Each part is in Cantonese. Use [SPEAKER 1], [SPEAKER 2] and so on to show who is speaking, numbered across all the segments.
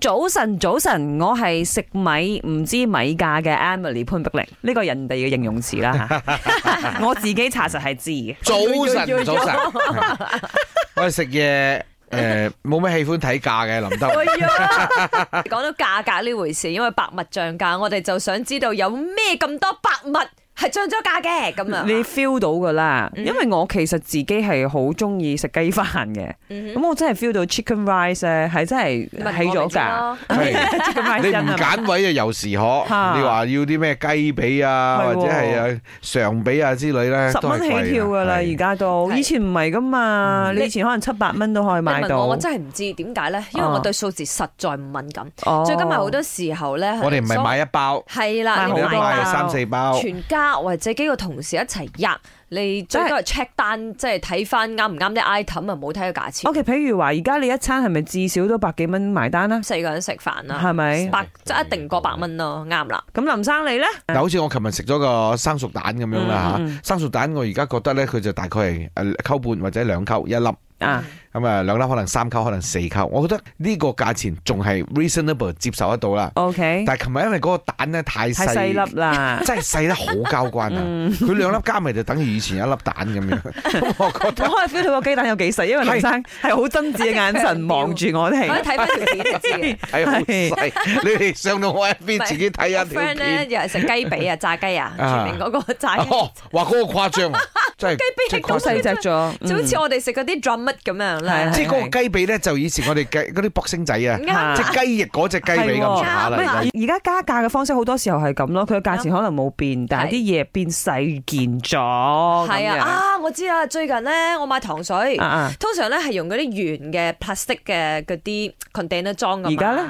[SPEAKER 1] 早晨，早晨，我係食米唔知米價嘅 Emily 潘碧玲，呢個人哋嘅形容詞啦 吓，我自己查實係知嘅。
[SPEAKER 2] 早晨，早晨， 我哋食嘢。诶，冇咩喜歡睇價 嘅林德榮，
[SPEAKER 1] 哎呀，講到價格呢回事，因為百物漲價，我哋就想知道有咩咁多百物係漲咗價嘅咁啊。
[SPEAKER 3] 你 feel 到噶啦，
[SPEAKER 1] 嗯
[SPEAKER 3] 因為我其實自己係好中意食雞飯嘅，
[SPEAKER 1] 嗯
[SPEAKER 3] 咁我真係 feel 到 chicken rice 咧係真係起咗價
[SPEAKER 2] 係
[SPEAKER 3] ，chicken
[SPEAKER 2] 你
[SPEAKER 3] rice
[SPEAKER 2] 唔
[SPEAKER 3] 真係
[SPEAKER 2] 揀位啊，由時可。
[SPEAKER 3] 嚇
[SPEAKER 2] 你話要啲咩雞髀啊，
[SPEAKER 3] 係
[SPEAKER 2] 或
[SPEAKER 3] 喎
[SPEAKER 2] 者係啊常髀啊之類咧，
[SPEAKER 3] 十
[SPEAKER 2] 都係
[SPEAKER 3] 蚊
[SPEAKER 2] 貴嘅
[SPEAKER 3] 起跳噶啦，
[SPEAKER 2] 係
[SPEAKER 3] 而家都
[SPEAKER 1] 係
[SPEAKER 3] 以前唔係噶嘛，
[SPEAKER 1] 嗯
[SPEAKER 3] 你以前可能七八蚊都可以
[SPEAKER 1] 你
[SPEAKER 3] 買
[SPEAKER 1] 問我，
[SPEAKER 3] 到
[SPEAKER 1] 我。真係唔知點解咧，因為
[SPEAKER 3] 啊
[SPEAKER 1] 我對數字實在唔敏感。
[SPEAKER 3] 哦
[SPEAKER 1] 最今日好多時候咧，
[SPEAKER 2] 我哋唔係買一包，
[SPEAKER 1] 係啦，
[SPEAKER 3] 買
[SPEAKER 1] 你
[SPEAKER 3] 好
[SPEAKER 2] 我哋
[SPEAKER 1] 買
[SPEAKER 3] 多
[SPEAKER 2] 都買啊哦
[SPEAKER 1] 單
[SPEAKER 2] 咗三四包。
[SPEAKER 1] 全家或者幾個同事一齊入，你最多係 check 單，即係睇翻啱唔啱啲 item 啊，冇睇個價錢。
[SPEAKER 3] OK，譬如話而家你一餐係咪至少都百幾蚊埋單啦？
[SPEAKER 1] 四個人食飯啦，
[SPEAKER 3] 係咪
[SPEAKER 1] 百即係一定過百蚊咯，啱啦。
[SPEAKER 3] 咁林生你咧？
[SPEAKER 2] 嗱，好似我琴日食咗個生熟蛋咁樣啦嚇，生熟蛋我而家覺得咧，佢就大概係誒溝半或者兩溝一粒。
[SPEAKER 3] 啊，
[SPEAKER 2] 咁啊，兩粒可能三溝，可能四溝，我覺得呢個價錢仲係 reasonable 接受得到啦。
[SPEAKER 3] OK，
[SPEAKER 2] 但係琴日因為嗰個蛋咧太
[SPEAKER 3] 太
[SPEAKER 2] 細，
[SPEAKER 3] 細粒啦。
[SPEAKER 2] 真係細得好交關啊！佢兩粒加埋就等於以前一粒蛋咁樣。咁我覺
[SPEAKER 3] 我可以 feel 到個雞蛋有幾細，因為林生係好真摯嘅眼 神望住我
[SPEAKER 1] 可以
[SPEAKER 3] 哋。
[SPEAKER 1] 睇翻條片就知嘅。
[SPEAKER 2] 得哎係好細，你哋上到我一邊自己睇下
[SPEAKER 1] 個
[SPEAKER 2] 條
[SPEAKER 1] friend 咧
[SPEAKER 2] 片。
[SPEAKER 1] 又係食雞髀啊、炸雞啊，
[SPEAKER 2] 啊
[SPEAKER 1] 全明嗰個炸雞，
[SPEAKER 2] 哦，話嗰個誇張啊，真係
[SPEAKER 1] 雞髀係
[SPEAKER 2] 真
[SPEAKER 1] 咁
[SPEAKER 3] 好
[SPEAKER 2] 誇張
[SPEAKER 3] 細隻咗，
[SPEAKER 1] 就好
[SPEAKER 3] 嗯
[SPEAKER 1] 似我哋食嗰啲 drummet 咁樣啦
[SPEAKER 3] 係。
[SPEAKER 2] 即係嗰個雞髀咧，就以前我哋嘅嗰啲卜星仔啊，
[SPEAKER 1] 啱啊
[SPEAKER 2] 即係雞翼嗰只雞髀咁上下啦。
[SPEAKER 1] 係喎
[SPEAKER 2] 而
[SPEAKER 3] 而
[SPEAKER 2] 家
[SPEAKER 3] 而家加價嘅方式好多時候係咁咯，佢嘅價錢可能冇變，但係啲嘢變細件咗。
[SPEAKER 1] 係
[SPEAKER 3] 係
[SPEAKER 1] 啊，啊我知啦，最近咧我買糖水
[SPEAKER 3] 哦啊。啊！
[SPEAKER 1] 通常咧係用嗰啲圓嘅 plastic 嘅嗰啲 container 裝㗎嘛
[SPEAKER 3] 而家咧，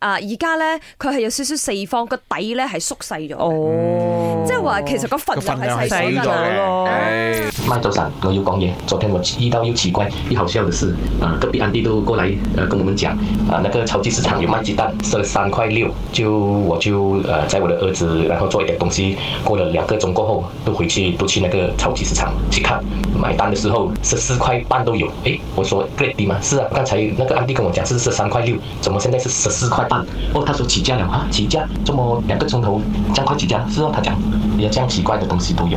[SPEAKER 1] 啊而家咧佢係有少少四方，個底咧係縮細咗，
[SPEAKER 3] 哦，
[SPEAKER 1] 即係話其實個
[SPEAKER 2] 個
[SPEAKER 1] 份量
[SPEAKER 2] 份量係
[SPEAKER 1] 係細咗
[SPEAKER 2] 細咗
[SPEAKER 3] 細
[SPEAKER 1] 㗎啦。
[SPEAKER 2] 嘅。
[SPEAKER 3] 咗
[SPEAKER 2] 唉
[SPEAKER 4] 慢走长，我有公园。昨天我遇到又奇怪又好笑的事，呃，隔壁安迪都过来呃跟我们讲，啊、那个超级市场有卖鸡蛋，是三块六，就我就呃载我的儿子，然后做一点东西，过了两个钟过后，都回去都去那个超级市场去看，买单的时候十四块半都有，诶，我说 g r e a t 吗？是啊，刚才那个安迪跟我讲是十三块六，怎么现在是十四块半？哦，他说起价了啊，起价，这么两个钟头这样快起价，是哦，他讲，连这样奇怪的东西都有。